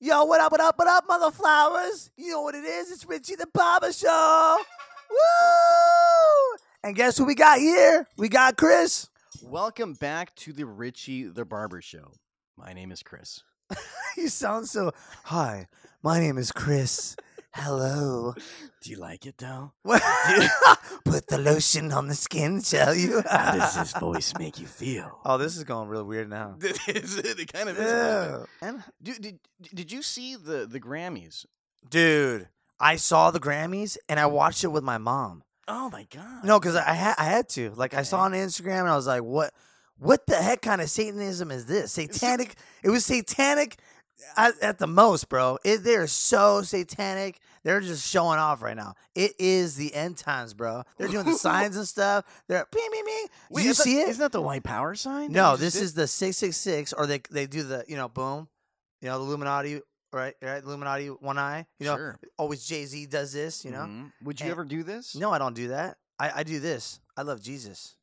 Yo, what up, what up, what up, mother flowers? You know what it is? It's Richie the Barber Show. Woo! And guess who we got here? We got Chris. Welcome back to the Richie the Barber Show. My name is Chris. You sound so. Hi, my name is Chris. Hello. Do you like it though? What- Put the lotion on the skin, shall you? How does this voice make you feel? oh, this is going real weird now. it kind of is. a little Ew. bit. Dude, did, did you see the, the Grammys? Dude, I saw the Grammys and I watched it with my mom. Oh my god. No, because I had I had to. Like I saw on Okay. Instagram, and I was like, "What? What the heck kind of Satanism is this? Satanic? It was satanic at, at the most, bro. It, they're so satanic. They're just showing off right now. It is the end times, bro. They're doing the signs and stuff. They're ping, ping, ping. Did Wait, you I thought- see it? Isn't that the white power sign? that No, you just this did? is the six six six, or they they do the you know boom, you know the Illuminati, right? Right, Illuminati, one eye. You know, Sure. always Jay Z does this. You know, Mhm. Would you And- ever do this? no, I don't do that. I, I do this. I love Jesus.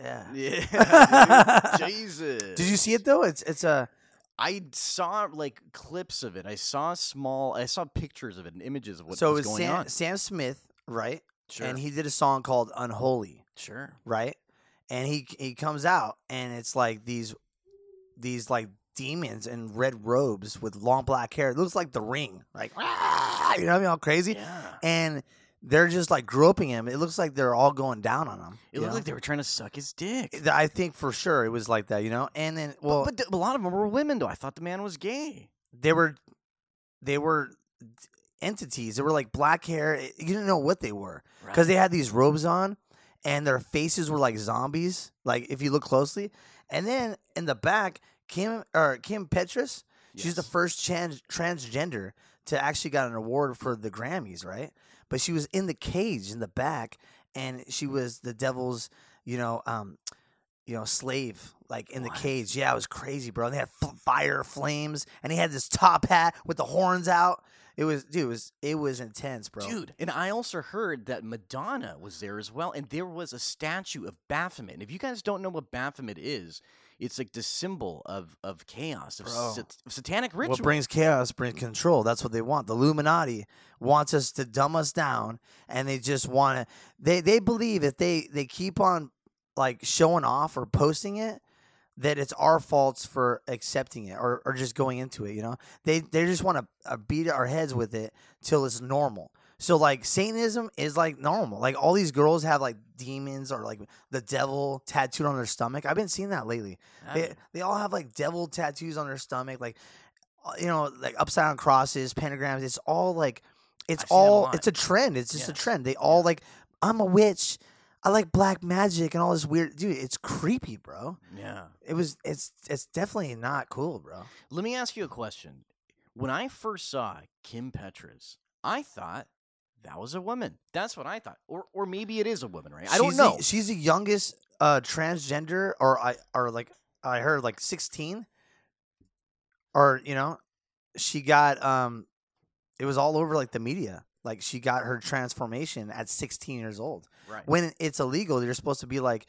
Yeah. Yeah. dude. Jesus. Did you see it though? It's uh, it's a I saw like clips of it. I saw small. I saw pictures of it and images of what so it was was going Sam, on. Sam Smith, right? Sure. And he did a song called Unholy, sure. right? And he he comes out and it's like these these like demons in red robes with long black hair. It looks like the ring. Like "Ah," you know what I mean? All crazy. Yeah. And they're just like groping him. It looks like they're all going down on him. It you looked know? like they were trying to suck his dick. Th- I think for sure it was like that, you know? And then well Well, but, th- a lot of them were women, though. I thought the man was gay. they were they were entities they were like black hair eh, you didn't know what they were because they had these robes on and their faces were like zombies like if you look closely and then in the back kim or kim petras she's the first trans- transgender to actually got an award for the grammys right but she was in the cage in the back and she was the devil's you know um you know slave like in What? the cage yeah it was crazy bro and they had f- fire flames and he had this top hat with the horns out it was dude it was it was intense bro Dude, and I also heard that Madonna was there as well, and there was a statue of Baphomet. And if you guys don't know what Baphomet is, it's like the symbol of, of chaos, of Bro. sat- of satanic ritual. What brings chaos brings control. That's what they want. The Illuminati wants us to dumb us down, and they just want to. They they believe if they they keep on like showing off or posting it, that it's our faults for accepting it or, or just going into it. You know, they they just want to uh, beat our heads with it till it's normal. So like Satanism is like normal. Like all these girls have like demons or like the devil tattooed on their stomach. I've been seeing that lately. I They, mean, they all have like devil tattoos on their stomach, like uh, you know, like upside down crosses, pentagrams. It's all like, it's I've seen that a all lot. it's a trend. It's just a Yes. trend. They all like, I'm a witch. I like black magic and all this weird dude. It's creepy, bro. yeah. It was it's it's definitely not cool, bro. Let me ask you a question. When I first saw Kim Petras, I thought that was a woman. That's what I thought. Or, or maybe it is a woman, right? I don't She's know. The, she's the youngest uh transgender, or I or like I heard like 16, or you know, she got um, it was all over like the media. Like she got her transformation at 16 years old. right. When it's illegal, you're supposed to be like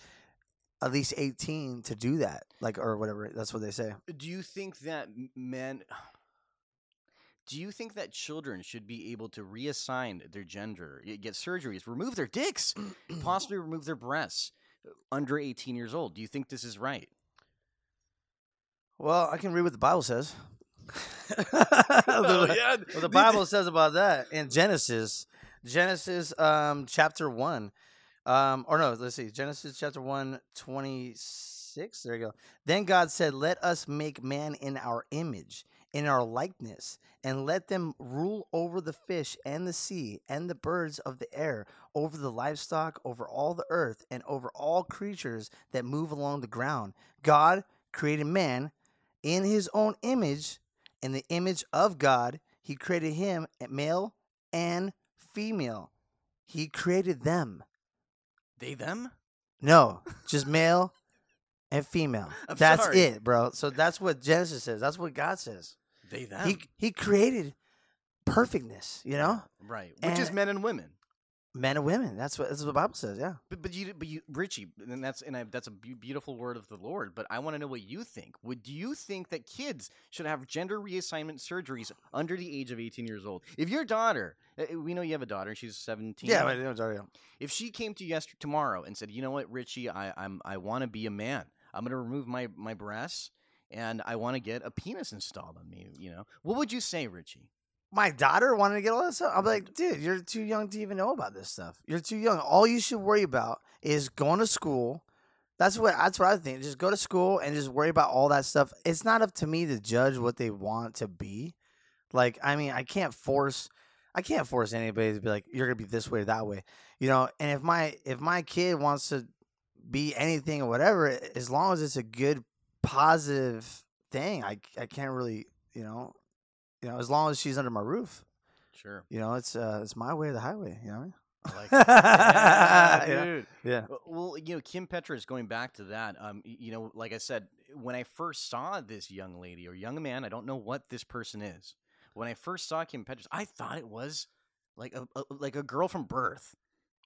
at least 18 to do that, like or whatever. That's what they say. do you think that m- men do you think that children should be able to reassign their gender y- get surgeries remove their dicks possibly remove their breasts uh, under 18 years old do you think this is right Well, I can read what the Bible says. Oh, yeah Well, the Bible says about that in Genesis, Genesis um, chapter one, um, or no, let's see, Genesis chapter one twenty six. There you go. Then God said, "Let us make man in our image, in our likeness, and let them rule over the fish and the sea and the birds of the air, over the livestock, over all the earth, and over all creatures that move along the ground." God created man in His own image in the image of God, he created him a male and female. He created them. they them No, just male and female. I'm that's sorry. it, bro. So that's what Genesis says. That's what God says. they them He he created perfectness, you know? right which is and- men and women men and women. That's what that's what the Bible says. Yeah. But, but you, but you, Richie, and that's and I, that's a beau- beautiful word of the Lord. But I want to know what you think. Would you think that kids should have gender reassignment surgeries under the age of eighteen years old? If your daughter, uh, we know you have a daughter, she's seventeen. Yeah. but it was already- If she came to you yesterday, tomorrow and said, "You know what, Richie, I I'm I want to be a man. I'm going to remove my my breasts and I want to get a penis installed on me." You know, what would you say, Richie? My daughter wanted to get all this stuff. I'm like, dude, you're too young to even know about this stuff. You're too young. All you should worry about is going to school. That's what that's what I think. Just go to school and just worry about all that stuff. It's not up to me to judge what they want to be. Like, I mean, I can't force I can't force anybody to be like, you're gonna be this way or that way. You know, and if my if my kid wants to be anything or whatever, as long as it's a good positive thing, I I can't really, you know, you know, as long as she's under my roof, Sure. you know, it's uh, it's my way or the highway. You know what I mean? I like Yeah, dude. yeah. Well- Well, you know, Kim Petras going back to that. Um, y- you know, like I said, when I first saw this young lady or young man, I don't know what this person is. When I first saw Kim Petras, I thought it was like a, a like a girl from birth.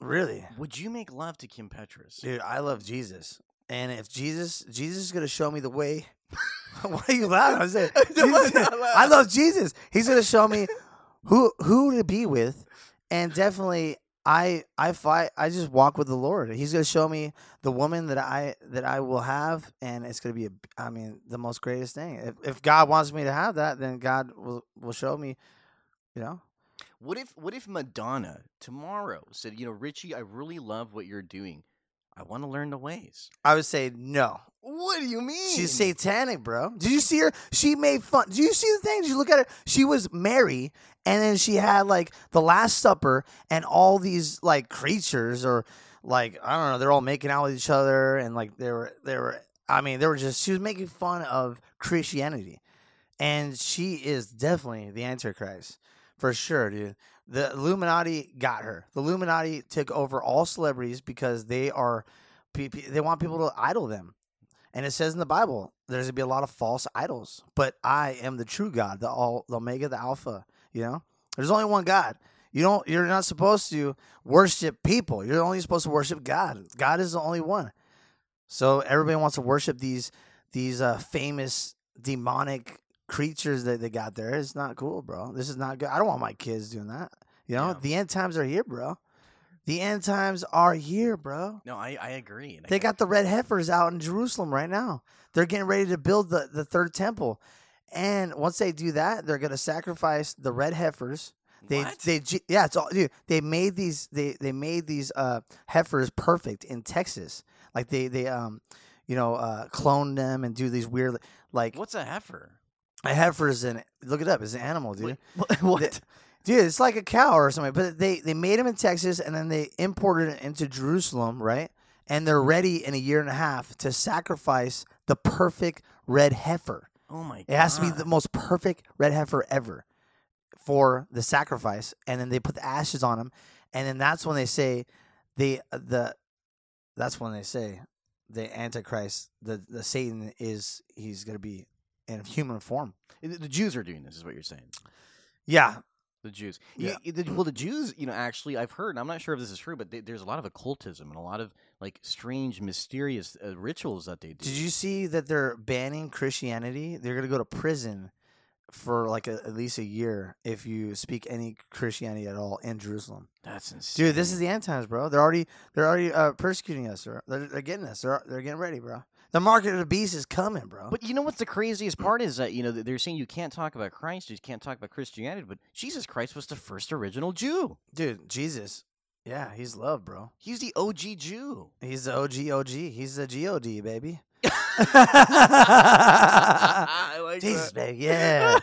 Really, Would you make love to Kim Petras? dude, I love Jesus, and if Jesus, Jesus is gonna show me the way. Why are you laughing? I'm saying, No, I'm Jesus- not laughing. I love Jesus. He's gonna show me who who to be with, and definitely. I I fight. I just walk with the Lord. He's gonna show me the woman that I that I will have, and it's gonna be. A, I mean, the most greatest thing. If if God wants me to have that, then God will will show me. You know, What if what if Madonna tomorrow said, you know, Richie, I really love what you're doing. I want to learn the ways. I would say no. What do you mean? She's satanic, bro. Did you see her? She made fun. Did you see the thing? Did you look at her? She was Mary, and then she had like the Last Supper and all these like creatures or like I don't know. They're all making out with each other, and like they were they were. I mean, they were just. She was making fun of Christianity, and she is definitely the Antichrist for sure, dude. The Illuminati got her. The Illuminati took over all celebrities because they are. pe- pe- They want people to idol them. And it says in the Bible, there's gonna be a lot of false idols. But I am the true God, the all the Omega, the Alpha, you know? There's only one God. You don't you're not supposed to worship people. You're only supposed to worship God. God is the only one. So everybody wants to worship these these uh, famous demonic creatures that they got there. It's not cool, bro. This is not good. I don't want my kids doing that. You know, Yeah. the end times are here, bro. The end times are here, bro. No, I, I agree. and I They got the red heifers out in Jerusalem right now. They're getting ready to build the, the third temple. And once they do that, they're going to sacrifice the red heifers. They What? they ge- yeah, it's all dude. They made these they they made these uh heifers perfect in Texas. Like they they um you know uh clone them and do these weird like What's a heifer? a heifer is an look it up. It's an animal, dude. Wait, wha- what? They- dude, it's like a cow or something. But they they made them in Texas and then they imported it into Jerusalem, right? And they're ready in a year and a half to sacrifice the perfect red heifer. oh my It has to be God. the most perfect red heifer ever for the sacrifice, and then they put the ashes on them, and then that's when they say the the that's when they say the antichrist the the Satan is he's gonna be in human form. The the Jews are doing this, is what you're saying. Yeah, The Jews. Yeah. Yeah. the, well, the Jews, you know, actually, I've heard, and I'm not sure if this is true, but they, there's a lot of occultism and a lot of like strange, mysterious uh, rituals that they do. Did you see that they're banning Christianity? They're gonna go to prison for like a, at least a year if you speak any Christianity at all in Jerusalem. That's insane. Dude, this is the end times, bro. They're already they're already uh, persecuting us. They're, they're they're getting us. They're they're getting ready, bro. The market of the beast is coming, bro. But you know what's the craziest part is that, you know, they're saying you can't talk about Christ, you can't talk about Christianity, but Jesus Christ was the first original Jew. dude, Jesus, yeah, he's love, bro. He's the OG Jew. He's the OG OG. He's the God, baby. I like Jesus, that. baby, yeah.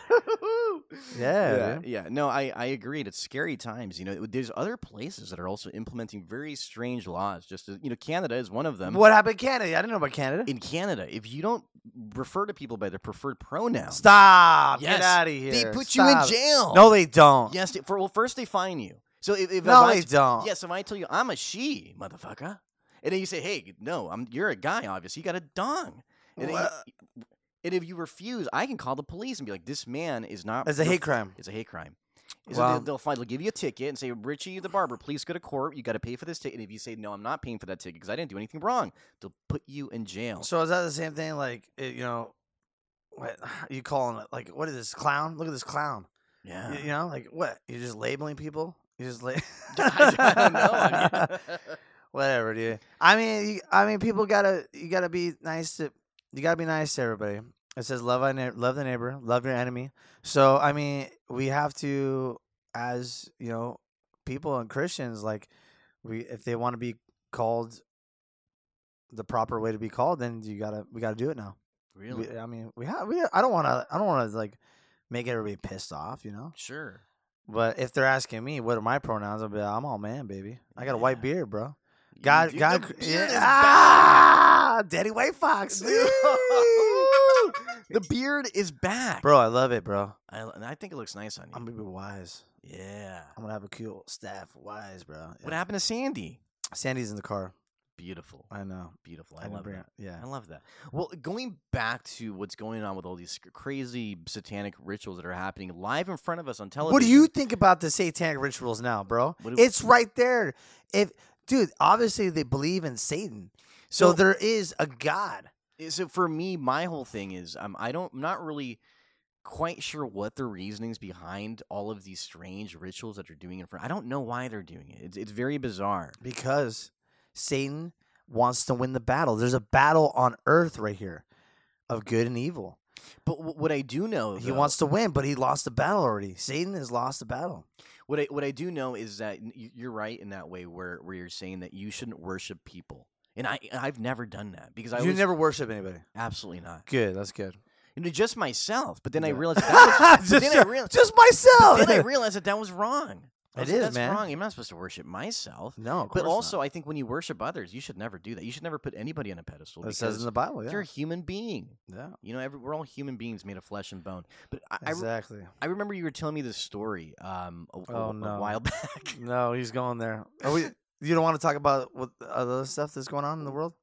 yeah, Yeah, yeah, No, I I agreed. It's scary times. You know, there's other places that are also implementing very strange laws. Just as, you know, Canada is one of them. What happened, to Canada? I didn't know about Canada. In Canada, if you don't refer to people by their preferred pronoun, Stop! Get Yes. out of here. they put Stop. you in jail. No, they don't. yes, they, for well, first they fine you. So if, if no, I, they don't. yes, if I tell you I'm a she, motherfucker, and then you say, hey, no, I'm you're a guy, obviously, you got a dong. And, then Wha- you- and if you refuse, I can call the police and be like, this man is not It's a ref- hate crime. It's a hate crime. Is that Well- they'll, they'll find they'll give you a ticket and say, Richie, the barber, please go to court. You got to pay for this ticket. And if you say, no, I'm not paying for that ticket because I didn't do anything wrong, they'll put you in jail. So is that the same thing? Like it, you know, what you calling it? Like what is this clown? Look at this clown. yeah. You, you know, like what? You're just labeling people. You just la- I, I don't know. I mean, whatever, dude. I mean, you, I mean, people gotta you gotta be nice to you gotta be nice to everybody. It says love our neigh- love the neighbor, love your enemy. So I mean, we have to, as you know, people and Christians, like we if they want to be called the proper way to be called, then you gotta we gotta do it now. really? We, I mean, we have we. I don't want to. I don't want to like make everybody pissed off, you know. Sure. But if they're asking me what are my pronouns, I'll be like, I'm all man, baby. I got a Yeah. white beard, bro. You God, do- God, the cr- beard is ah, Daddy White Fox, Dude. Woo! back. The beard is back. bro. I love it, bro. I, and I think it looks nice on you. I'm gonna be wise. yeah. I'm gonna have a cool staff, wise, bro. What Yeah. happened to Sandy? Sandy's in the car. Beautiful. I know. Beautiful. I I didn't love bring that. it- Yeah. I love that. Well, going back to what's going on with all these crazy satanic rituals that are happening live in front of us on television. What do you think about the satanic rituals now, bro? What do- It's right there. If dude, obviously they believe in Satan, so Well- there is a God. Eh, so for me my whole thing is um, i don't I'm not really quite sure what the reasonings behind all of these strange rituals that they're doing in front i don't know why they're doing it it's, it's very bizarre because Satan wants to win the battle. There's a battle on earth right here of good and evil. but w- what i do know He though- wants to win, but he lost the battle already. Satan has lost the battle. what i what i do know is that n- y- you're right in that way where where you're saying that you shouldn't worship people and i i've never done that because i you was never worship anybody. absolutely not Good, that's good. you know, just myself but then i Yeah. realized that was, but just, then i realized just myself. then i realized that that was wrong I It was like, is, that's man. wrong i'm not supposed to worship myself no, of But course also, I think when you worship others, you should never do that. You should never put anybody on a pedestal not. it says because in the Bible, you're yeah, a human being. yeah You know, every, we're all human beings made of flesh and bone. But I, I re- exactly. I, remember you were telling me this story um, a, a- Oh, a no. while back. No, he's going there. Are we? You don't want to talk about what the other stuff that's going on in the world?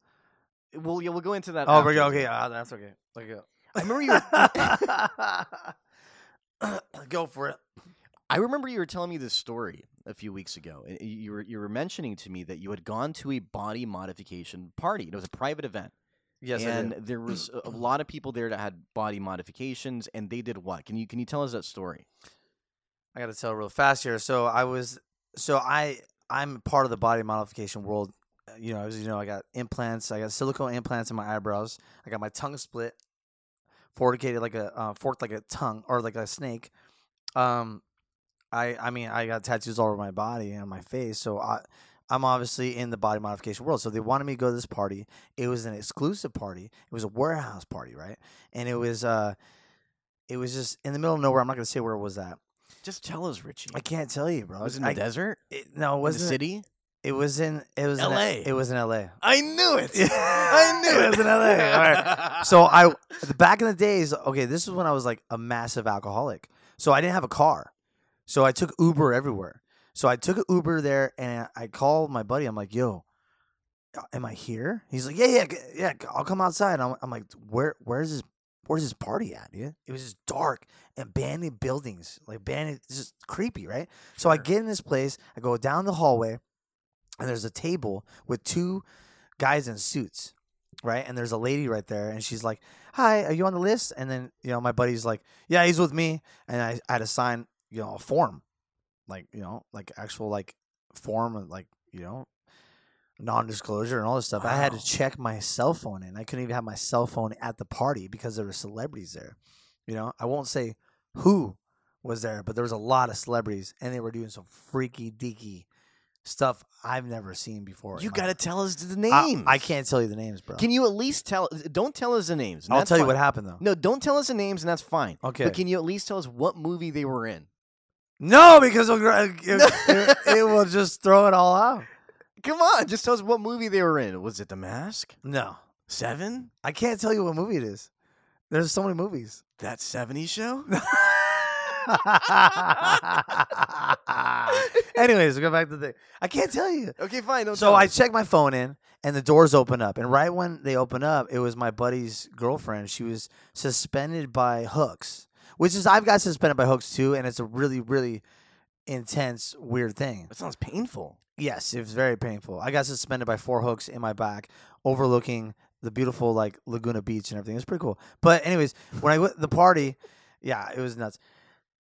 well, yeah, we'll go into that. Oh, we're after. go- okay. Ah, that's okay. Okay. I remember you. Were, Go. go for it. I remember you were telling me this story a few weeks ago, and you you were you were mentioning to me that you had gone to a body modification party. It was a private event, Yes, and there was a, a lot of people there that had body modifications, and they did what? Can you can you tell us that story? I gotta tell real fast here. So I was, so I, I'm part of the body modification world. Uh, You know, as you know, I got implants. I got silicone implants in my eyebrows. I got my tongue split, fornicated like a uh, forked like a tongue or like a snake. Um, I, I mean, I got tattoos all over my body and my face. So I, I'm obviously in the body modification world. So they wanted me to go to this party. It was an exclusive party. It was a warehouse party, right? And it was, uh, it was just in the middle of nowhere. I'm not gonna say where it was at. Just tell us, Richie. I can't tell you, bro. was in the I- desert? It, no, it Was in wasn't. the It, city? it was in. It was in LA. it was in L.A. I knew it. It was in L.A. All right. So I, back in the days, okay, this is when I was like a massive alcoholic. So I didn't have a car, so I took Uber everywhere. So I took an Uber there, and I called my buddy. I'm like, "Yo, am I here?" He's like, "Yeah, yeah, g- yeah. I'll come outside." I'm, I'm like, "Where, where's this?" Where's this party at, dude? It was just dark, abandoned buildings, like abandoned, just creepy, right? So I Sure. get in this place, I go down the hallway, and there's a table with two guys in suits, right? And there's a lady right there, and she's like, Hi, are you on the list? And then, you know, my buddy's like, Yeah, he's with me. And I, I had to sign, you know, a form, like, you know, like actual, like, form, of, like, you know, non disclosure and all this stuff. I had to Wow. check my cell phone in. I couldn't even have my cell phone at the party because there were celebrities there. You know, I won't say who was there, but there was a lot of celebrities, and they were doing some freaky deaky stuff I've never seen before. in you my- got to tell us the I, names. I can't tell you the names, bro. Can you at least tell? Don't uh, tell us the names. and I'll that's tell you fine. what happened though. No, don't tell us the names, and that's fine. Okay. But can you at least tell us what movie they were in? no, because it'll, gr- it, it, it will just throw it all out. Come on, just tell us what movie they were in. Was it The Mask? No, Seven? I can't tell you what movie it is. There's so many movies. That 70s show? Anyways, go back to the thing. I can't tell you. okay, fine. Don't So tell I us. checked my phone in, and the doors open up. And right when they open up, it was my buddy's girlfriend. She was suspended by hooks, which is I've got suspended by hooks too, and it's a really, really intense, weird thing. That sounds painful. Yes, it was very painful. I got suspended by four hooks in my back, overlooking the beautiful like Laguna Beach and everything. It was pretty cool. But anyways, when I went to the party, yeah, it was nuts.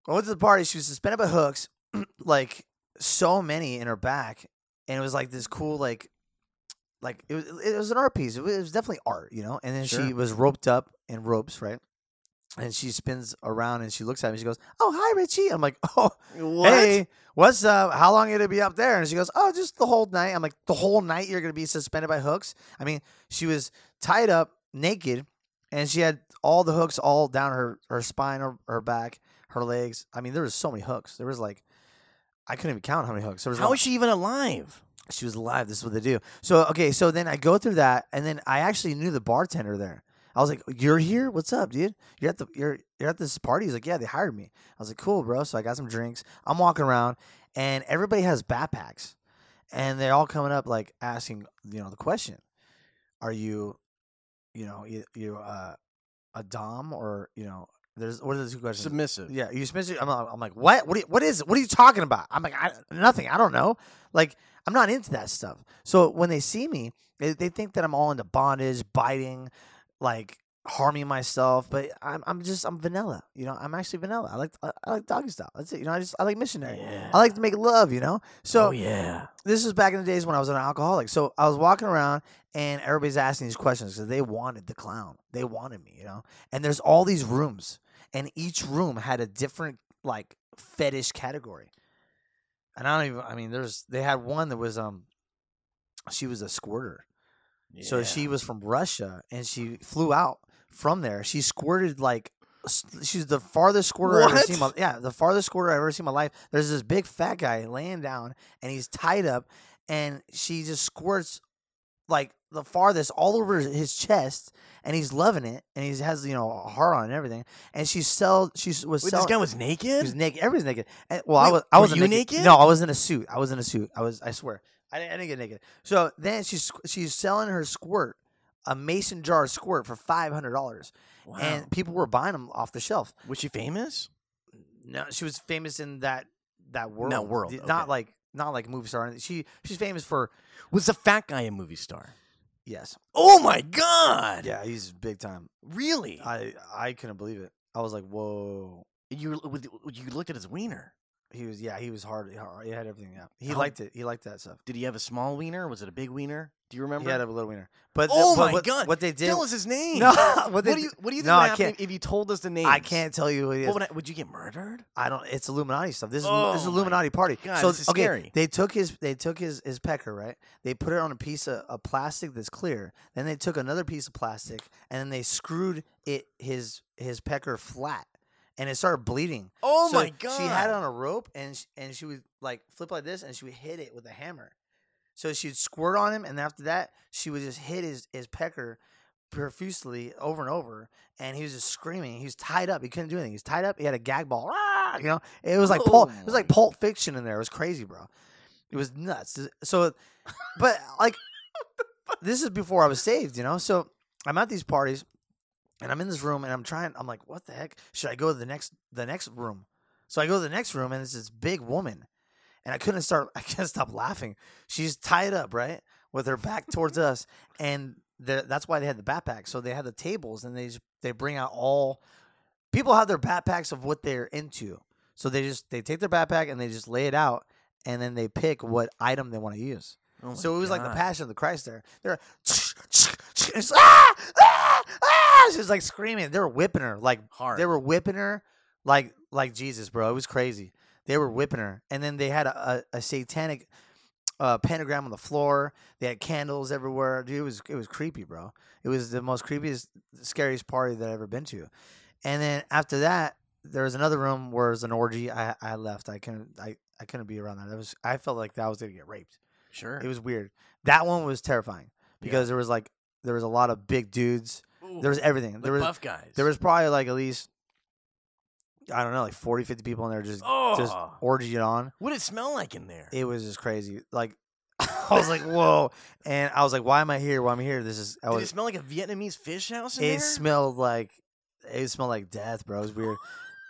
I went to the party. She was suspended by hooks, like so many in her back, and it was like this cool like, like it was it was an art piece. It was, it was definitely art, you know. And then she Sure. was roped up in ropes, right? And she spins around and she looks at me. She goes, "Oh, hi, Richie." I'm like, "Oh, What? hey, what's up? How long are you to be up there? And she goes, oh, just the whole night. I'm like, the whole night you're going to be suspended by hooks? I mean, she was tied up naked and she had all the hooks all down her, her spine, her, her back, her legs. I mean, there was so many hooks. There was like, I couldn't even count how many hooks. There was How like- is she even alive? she was alive. This is what they do. So okay, so then I go through that, and then I actually knew the bartender there. I was like, "You're here? What's up, dude? You're at the you're you're at this party?" He's like, "Yeah, they hired me." I was like, "Cool, bro." So I got some drinks. I'm walking around, and everybody has backpacks, and they're all coming up like asking, you know, the question, "Are you, you know, you, you uh, a dom or you know?" There's what are the two questions? Submissive. Yeah, you spent. your- I'm, like- I'm like, what? What? do you- what is? What are you talking about? I'm like, I, nothing. I don't know. Like, I'm not into that stuff. So when they see me, they, they think that I'm all into bondage, biting, like harming myself. But I'm, I'm just, I'm vanilla. You know, I'm actually vanilla. I like, I, I like doggy style. That's it. You know, I just, I like missionary. Yeah. I like to make love. You know. So oh yeah. this is back in the days when I was an alcoholic. So I was walking around and everybody's asking these questions because they wanted the clown. They wanted me, you know? And there's all these rooms, and each room had a different, like, fetish category. And I don't even, I mean, there's, they had one that was, um, she was a squirter. So Yeah. she was from Russia and she flew out from there. She squirted like s- she's the farthest squirter I've ever What? seen. My, yeah, the farthest squirter I've ever seen in my life. There's this big fat guy laying down and he's tied up and she just squirts like the farthest all over his chest and he's loving it and he has you know a heart on and everything and she sell she s- was Wait, selling this guy was naked. he was naked. Everybody's naked. And, well, I Wait, was. I were was you naked. naked? No, I was in a suit. I was in a suit. I was. I swear. I didn't, I didn't get naked. So then she's she's selling her squirt, a mason jar squirt for five hundred dollars, wow. and people were buying them off the shelf. was she famous? No, she was famous in that that world. world, The- Not okay. like not like a movie star. She she's famous for Was the fat guy a movie star? yes. Oh my god! Yeah, he's big time. Really? I I couldn't believe it. I was like, whoa. you with- you looked at his wiener. He was yeah. He was hard. hard he had everything. Yeah, he How- liked it. He liked that stuff. Did he have a small wiener? Was it a big wiener? Do you remember? He had a little wiener. But Oh but my what, God, What they did? Tell us his name. No, what, what they do you what do you think No, would I happen can't- if you told us the name? I can't tell you who it is. What would, I- would you get murdered? I don't. It's Illuminati stuff. This is this is Oh my Illuminati party. God, so this is okay, scary. they took his they took his his pecker right. They put it on a piece of, of plastic that's clear. Then they took another piece of plastic and then they screwed it his his pecker flat, and it started bleeding. Oh So my god! She had it on a rope and she, and she would like flip like this and she would hit it with a hammer. So she'd squirt on him and after that she would just hit his his pecker profusely over and over and he was just screaming. He was tied up. He couldn't do anything. He was tied up. He had a gag ball. Ah, you know, it was like pulp. It was like Oh my- Pulp Fiction in there. It was crazy, bro. It was nuts. So, but like this is before I was saved, you know. So I'm at these parties, and I'm in this room, and I'm trying. I'm like, what the heck? Should I go to the next the next room? So I go to the next room, and it's this big woman, and I couldn't start. I couldn't stop laughing. She's tied up, right, with her back towards us, and the, that's why they had the backpack. So they had the tables, and they just, they bring out all people have their backpacks of what they're into. So they just they take their backpack and they just lay it out, and then they pick what item they want to use. Oh my So it was like the God. Passion of the Christ. There, they're it's, ah, ah, ah! She was like screaming. They were whipping her like Hard. they were whipping her like like Jesus, bro. It was crazy. They were whipping her, and then they had a, a, a satanic uh, pentagram on the floor. They had candles everywhere. Dude, it was it was creepy, bro. It was the most creepiest, scariest party that I've ever been to. And then after that, there was another room where it was an orgy. I I left. I couldn't I, I couldn't be around that. That was I felt like I was gonna get raped. sure. It was weird. That one was terrifying because there was like there was a lot of big dudes. Ooh, There was everything. like There was buff guys. there was probably like at least I don't know, like 40, 50 people in there just oh. just orgy it on. what did it smell like in there? It was just crazy. Like I was like, whoa. And I was like, why am I here? Why am I here? This is I did it was smell like a Vietnamese fish house in it there? smelled like it smelled like death, bro. It was weird.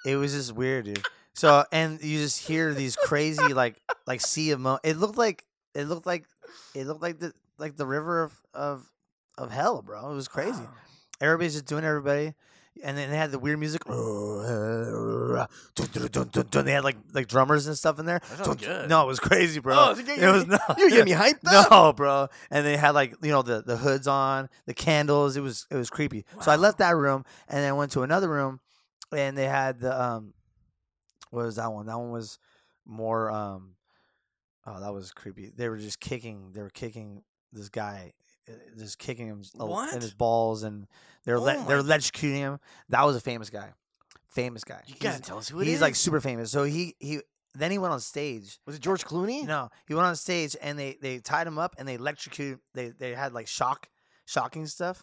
it was just weird, dude. So and you just hear these crazy like like sea of mo. It looked like it looked like it looked like the like the river of of of hell, bro. It was crazy. Oh, Everybody's just doing everybody, and then they had the weird music. They had like like drummers and stuff in there. That sounds Oh, good. No, it was crazy, bro. Oh, so you- it was not. You get me hyped up. No, bro. And they had like you know the the hoods on, the candles. It was it was creepy. So I Wow. left that room and then went to another room, and they had the um, what was that one? That one was more um, oh that was creepy. They were just kicking. They were kicking this guy, uh, just kicking him a- What? in his balls, and they're Oh le- my- they're electrocuting him. That was a famous guy, famous guy. You He's- gotta tell us who it is. he's like super famous. So he he then he went on stage was it George Clooney? no, he went on stage and they they tied him up and they electrocuted. They they had like shock, shocking stuff.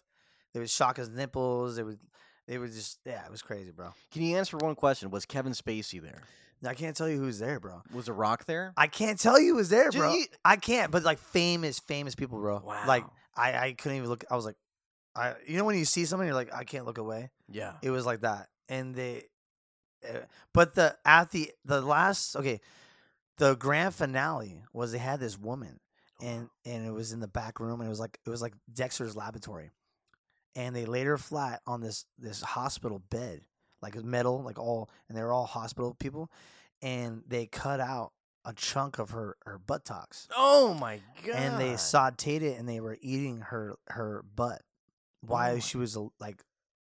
They would shock his nipples. They would they would just yeah, it was crazy, bro. Can you answer one question? Was Kevin Spacey there? Now, I can't tell you who's there, bro. Was The Rock there? I can't tell you who's there, Just bro. you- I can't. But like famous, famous people, bro. Like Wow. I I couldn't even look. I was like, I you know when you see someone, you're like I can't look away. yeah. It was like that, and they. Uh, but the at the the last okay, the grand finale was they had this woman and and it was in the back room and it was like it was like Dexter's laboratory, and they laid her flat on this this hospital bed like metal like all and they were all hospital people, and they cut out a chunk of her her buttocks oh my god. and they sauteed it and they were eating her her butt while my- she was uh, like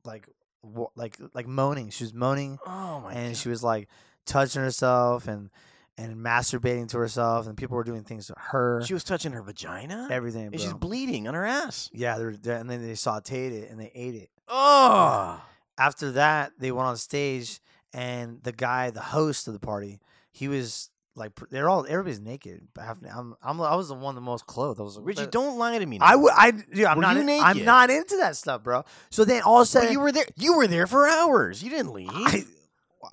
like wa- like like moaning she was moaning Oh my and god. she was like touching herself and and masturbating to herself and people were doing things to her She was touching her vagina. everything and she's bro. bleeding on her ass. yeah they were, they- and then they sauteed it and they ate it Oh. after that they went on stage and the guy the host of the party he was like pr- they're all everybody's naked but half- I'm, I'm I was the one the most clothed I was like, Richie, "What the-" don't lie to me. Now. I would I yeah I'm Were not you in- naked? I'm not into that stuff bro so then all of a But sudden you were there. You were there for hours. You didn't leave. I,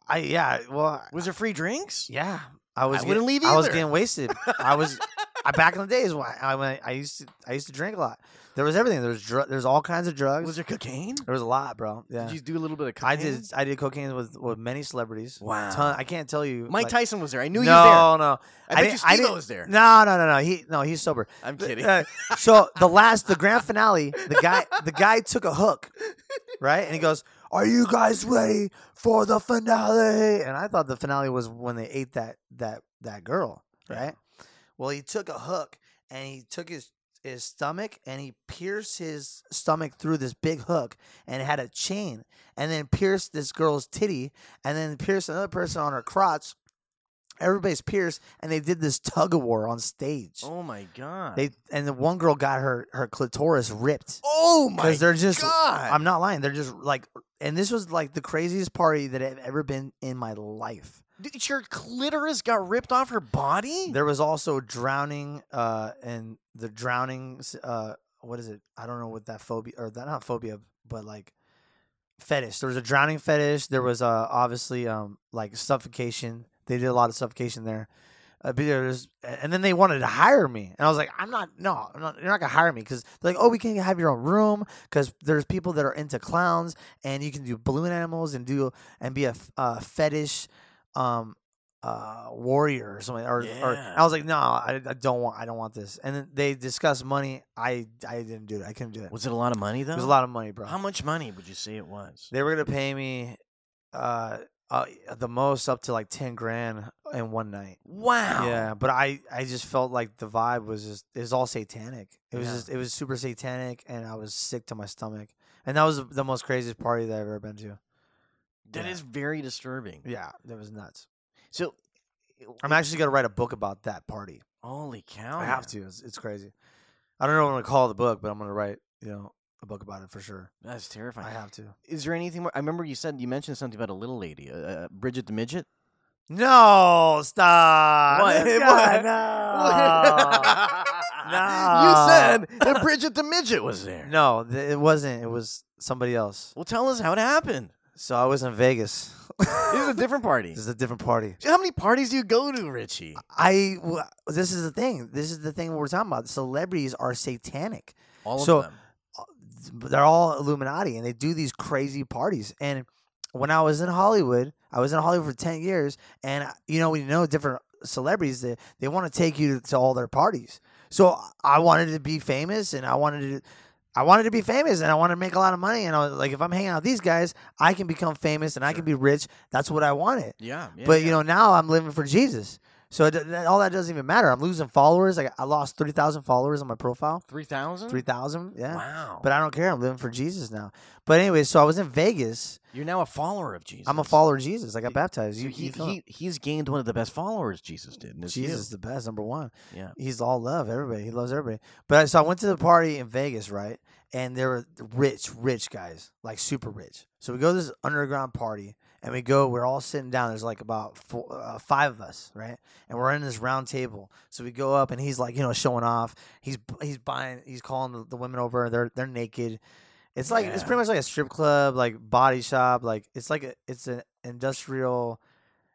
I yeah well was there free drinks? yeah I was I wouldn't leave I was either. getting wasted I was I, back in the days when I, when I used to I used to drink a lot there was everything there was dr- there's all kinds of drugs Was there cocaine? there was a lot bro yeah Did you do a little bit of I cocaine? did. I did cocaine with, with many celebrities. Wow. Ton, I can't tell you. Mike like- Tyson was there. I knew no, you were no. there. I, I bet you didn't- I Steve didn't- was there. No, no, no, no. He no, he's sober. I'm Th- kidding. uh, so the last, the grand finale, the guy, the guy took a hook, right? And he goes, "Are you guys ready for the finale?" And I thought the finale was when they ate that that that girl, Yeah. right? Well, he took a hook and he took his his stomach and he pierced his stomach through this big hook and had a chain and then pierced this girl's titty and then pierced another person on her crotch. Everybody's pierced and they did this tug of war on stage. oh my god. They and the one girl got her her clitoris ripped oh my because they're just. god. I'm not lying. They're just like, and this was like the craziest party that I've ever been in my life. Dude, your clitoris got ripped off her body. There was also drowning, uh, and the drowning, s- uh, what is it? I don't know what that phobia or that not phobia, but like fetish. There was a drowning fetish. There was uh obviously um like suffocation. They did a lot of suffocation there. Uh, but there's, and then they wanted to hire me, and I was like, "I'm not, no, I'm not, you're not gonna hire me because they're like, oh, we can have your own room because there's people that are into clowns, and you can do balloon animals and do and be a, f- uh fetish, um, uh, warrior or something." Or, or Yeah. I was like, "No, I, I don't want, I don't want this." And then they discussed money. I, I didn't do it. I couldn't do it. was it a lot of money though? It was a lot of money, bro. How much money would you say it was? They were gonna pay me, uh, uh, the most up to like ten grand in one night. Wow. Yeah, but I I just felt like the vibe was just it was all satanic. It was Yeah. just it was super satanic, and I was sick to my stomach. And that was the most craziest party that I've ever been to. that is Yeah. very disturbing. Yeah, that was nuts. So, I'm actually gonna write a book about that party. holy cow! I have man. to. It's, it's crazy. I don't know what I'm gonna call the book, but I'm gonna write you know a book about it for sure. That's terrifying. I have to. Is there anything more? I remember you said you mentioned something about a little lady, uh, uh, Bridget the midget. No, stop. What? God, What? no. No. You said that Bridget the midget was there. No, th- it wasn't. It was somebody else. Well, tell us how it happened. So I was in Vegas. This is a different party. This is a different party. How many parties do you go to, Richie? I w- this is the thing. This is the thing we're talking about. Celebrities are satanic. All So- them. They're all Illuminati, and they do these crazy parties. And when I was in Hollywood, I was in Hollywood for 10 years, and uh, you know, we know different celebrities that they want to take you to, to all their parties. So I- I wanted to be famous and I wanted to. I wanted to be famous and I wanted to make a lot of money. And I was like, if I'm hanging out with these guys, I can become famous and I can Sure. be rich. That's what I wanted. Yeah, yeah, but yeah. you know, now I'm living for Jesus. So it, that, all that doesn't even matter. I'm losing followers. Like I lost 3,000 followers on my profile. three thousand. 3,000. Yeah. Mm-hmm. Wow. But I don't care. I'm living for Jesus now. But anyway, so I was in Vegas. You're now a follower of Jesus. I'm a follower of Jesus. I got He- baptized. So You, he, you feel it. he he's gained one of the best followers Jesus did. And it's you. Jesus is the best, number one. Yeah. He's all love, everybody. He loves everybody. But so I went to the party in Vegas, right? And they were rich, rich guys, like super rich. So we go to this underground party and we go, we're all sitting down. There's like about four, uh, five of us, right? And we're in this round table. So we go up and he's like, you know, showing off. He's he's buying, he's calling the, the women over. They're they're naked. It's like it's Yeah. pretty much like a strip club, like body shop, like it's like a, it's an industrial.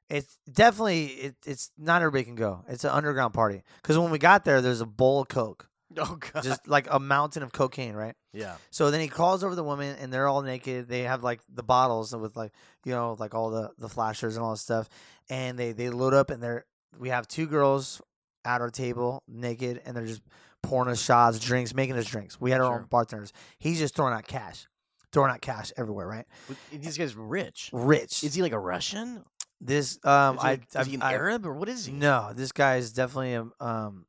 It's definitely it, it's not everybody can go. It's an underground party because when we got there, there's a bowl of coke, Oh God. just like a mountain of cocaine, right? yeah. So then he calls over the women and they're all naked. They have like the bottles with like you know like all the the flashers and all this stuff, and they they load up and they're we have two girls at our table naked and they're just pouring us shots, drinks, making us drinks. We had our Sure. own bartenders. He's just throwing out cash, throwing out cash everywhere, right? But These guys were rich. Rich. Is he like a Russian? this um is he, I like- I, is he an I Arab or what is he? No, this guy is definitely a um.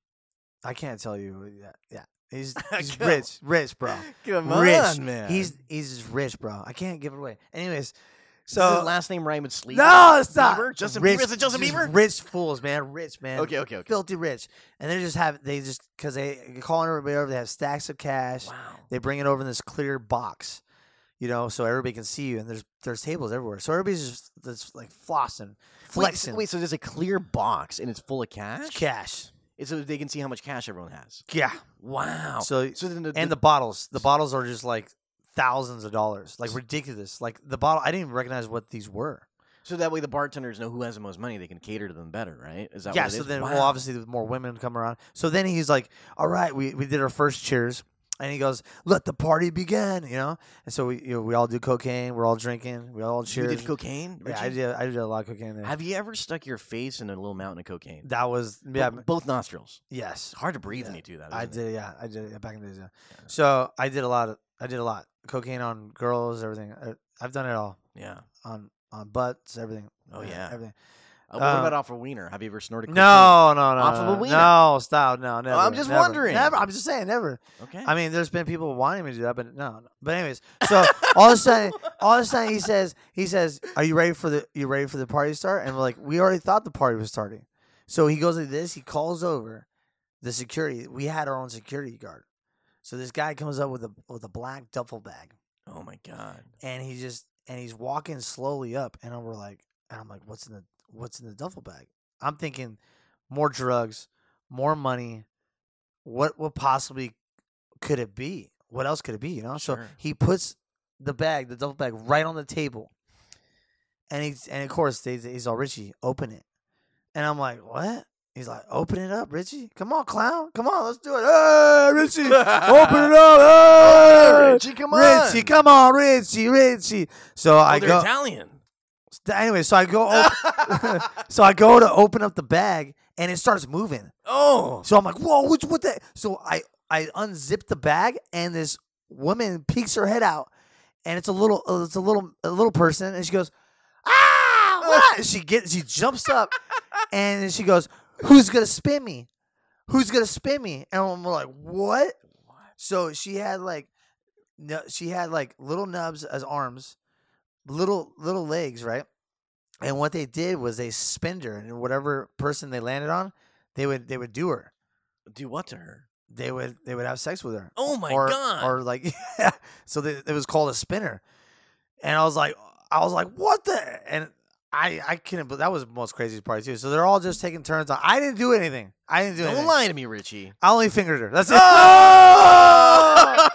I can't tell you. Yeah, yeah. he's he's Come rich, rich, bro. Come rich on, man. He's he's just rich, bro. I can't give it away. Anyways, Does so his last name rhyme with sleep. no, stop. Bieber? Justin rich, Bieber? Is it Justin just Bieber? Rich fools, man. Rich man. Okay, okay, okay. Filthy rich, and they just have they just because they calling everybody over. They have stacks of cash. Wow. They bring it over in this clear box, you know, so everybody can see you. And there's there's tables everywhere, so everybody's just that's like flossing, Wait, so- flexing, Wait, so there's a clear box and it's full of cash. It's cash. It's so they can see how much cash everyone has. Yeah. Wow. So Oh. so then the, and the bottles the bottles are just like thousands of dollars like ridiculous like the bottle i didn't even recognize what these were so that way the bartenders know who has the most money. They can cater to them better, right? Is that yeah What it so is? then well Wow. obviously the more women come around so then he's like all right we, we did our first cheers and he goes let the party begin you know and so we you know, we all do cocaine we're all drinking we all you cheers did cocaine. yeah, i Richie? did i did a lot of cocaine there Have you ever stuck your face in a little mountain of cocaine? that was Bo- yeah both nostrils. yes It's hard to breathe when Yeah, you do that. I isn't it? did, yeah, I did yeah, back in the days. Yeah. Yeah. So I did a lot of, I did a lot, cocaine on girls, everything. I, I've done it all Yeah. Uh, on on butts, everything. Oh, yeah. everything. Uh, what Uh, about off a wiener? Have you ever snorted? cocaine? No, no, no, Off of a no, wiener. Oh, no, stop, no, never. I'm just never, wondering. Never, I'm just saying, never. Okay. I mean, there's been people wanting me to do that, but no. no. But anyways, so all of a sudden, all of a sudden, he says, he says, "Are you ready for the? You ready for the party to start?" And we're like, "We already thought the party was starting." So he goes like this. He calls over the security. We had our own security guard. So this guy comes up with a with a black duffel bag, oh my god. and he just and he's walking slowly up, and we're like, and I'm like, "What's in the what's in the duffel bag?" I'm thinking more drugs, more money. What what possibly could it be? What else could it be? You know. So Sure. he puts the bag, the duffel bag, right on the table, and he's and of course they, he's all Richie, open it, and I'm like, what? He's like, open it up, Richie. Come on, clown. Come on, let's do it. Hey, Richie, open it up. Hey, Richie, come on. Richie, come on, Richie, Richie. So Oh, I they're go. Italian. anyway, so I go. Op- so I go to open up the bag, and it starts moving. oh. So I'm like, whoa, what, what the? So I I unzip the bag, and this woman peeks her head out, and it's a little uh, it's a little a little person, and she goes, ah, what? And she gets she jumps up, and then she goes, who's gonna spin me? Who's gonna spin me? And I'm like, what? So she had like, no, she had like little nubs as arms, little little legs, right? And what they did was they spinned her, and whatever person they landed on, they would they would do her. Do what to her? They would they would have sex with her. Oh my or, god. Or like, yeah. So they, it was called a spinner, and I was like, I was like, what the? And I I couldn't. But that was the most craziest part too. So they're all just taking turns on. I didn't do anything. I didn't do Don't anything. lie to me, Richie. I only fingered her. That's it.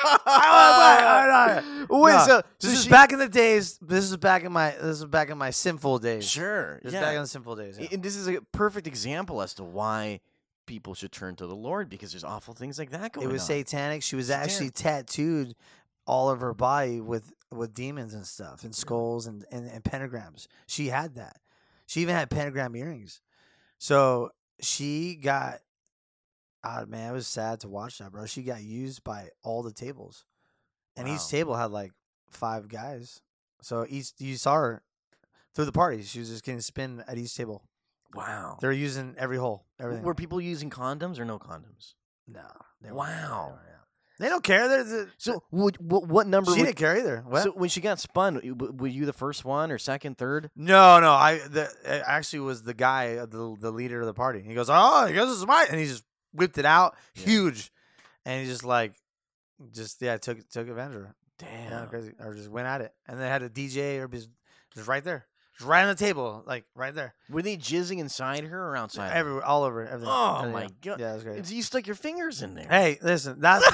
Wait, No, so, so this is she- back in the days. This is back in my. This is back in my sinful days. Sure. This is yeah. back in the sinful days. yeah. And this is a perfect example as to why people should turn to the Lord because there's awful things like that going It on. was satanic. She was Satanic. actually tattooed all of her body with with demons and stuff and skulls and, and, and pentagrams. She had that. She even had pentagram earrings. So she got ah man, it was sad to watch that, bro. She got used by all the tables. And Wow. each table had like five guys. So each you saw her through the party. She was just getting spin at each table. Wow. They were using every hole. Everything. Were people using condoms or no condoms? no. They weren't. Wow. They don't care. They're the, So would, what, what number? she would- didn't care either. What? So when she got spun, w- w- were you the first one or second, third? No, no. I the it actually was the guy, uh, the the leader of the party. He goes, "Oh, he goes, this is mine," and he just whipped it out, Yeah. huge, and he just like, just yeah, took took advantage of her, Damn. yeah. crazy, or just went at it, and they had a DJ or just just right there, just right on the table, like right there, Were they jizzing inside her or outside? her? everywhere, all over everything. Oh Yeah, my yeah. God. yeah, it was great. It's- You stuck your fingers in there. Hey, listen, that's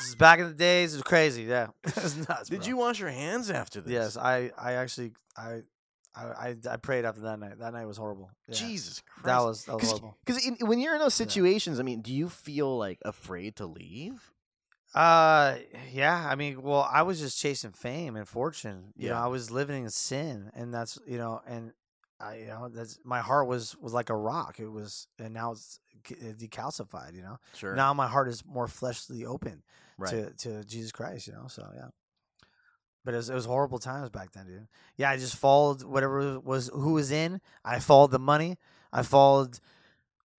this is back in the days. It was crazy. Yeah, it was nuts. Did bro. you wash your hands after this? Yes, I I actually I I I, I prayed after that night. That night was horrible. Yeah. Jesus Christ. That was, that was 'Cause- horrible. Because when you're in those Yeah. situations, I mean, do you feel like afraid to leave? Uh, yeah. I mean, well, I was just chasing fame and fortune. You know, Yeah. I was living in sin, and that's you know, and I, you know, that's my heart was was like a rock. It was, and now it's c- uh, decalcified. You know, Sure. now my heart is more fleshly open right. to to Jesus Christ. You know, so yeah. But it was, it was horrible times back then, dude. Yeah, I just followed whatever was who was in. I followed the money. I followed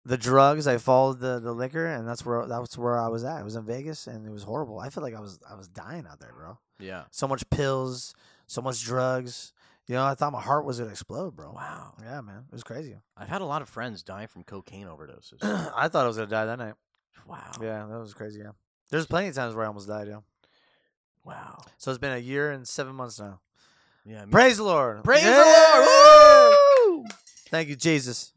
the drugs. I followed the, the liquor, and that's where that's where I was at. I was in Vegas, and it was horrible. I felt like I was I was dying out there, bro. yeah. So much pills, so much drugs. You know, I thought my heart was gonna explode, bro. Wow. Yeah, man, it was crazy. I've had a lot of friends die from cocaine overdoses. I thought I was gonna die that night. wow. Yeah, that was crazy. Yeah, there's plenty of times where I almost died. Yeah, Wow. so it's been a year and seven months now. Yeah. me- Praise the Lord. Praise the Yeah. Lord. Woo! Thank you, Jesus.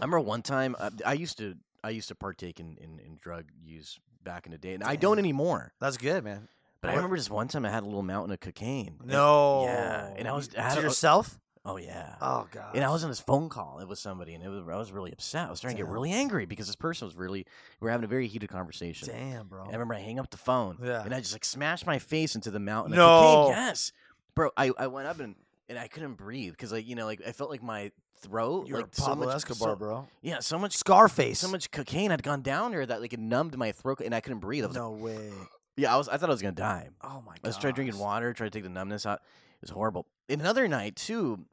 I remember one time I, I used to I used to partake in, in, in drug use back in the day, and I don't Damn. anymore. That's good, man. But I What- remember just one time I had a little mountain of cocaine. and- No. Yeah, and I was- You- I had to a- yourself. oh yeah. Oh God. and I was on this phone call. It was somebody, and it was, I was really upset. I was starting to get Damn. really angry because this person was really. We were having a very heated conversation. Damn, bro. And I remember I hang up the phone. Yeah. And I just like smashed my face into the mountain. of No. cocaine. Yes. Bro, I, I went up and, and I couldn't breathe because like you know like I felt like my throat You're like so Pablo much, Escobar, so- bro. Yeah, so much Scarface. so much cocaine had gone down there that like it numbed my throat and I couldn't breathe. I was like, No way. yeah, I was I thought I was gonna die. Oh my God. I was trying drinking water, tried to take the numbness out. It was horrible. And another night too,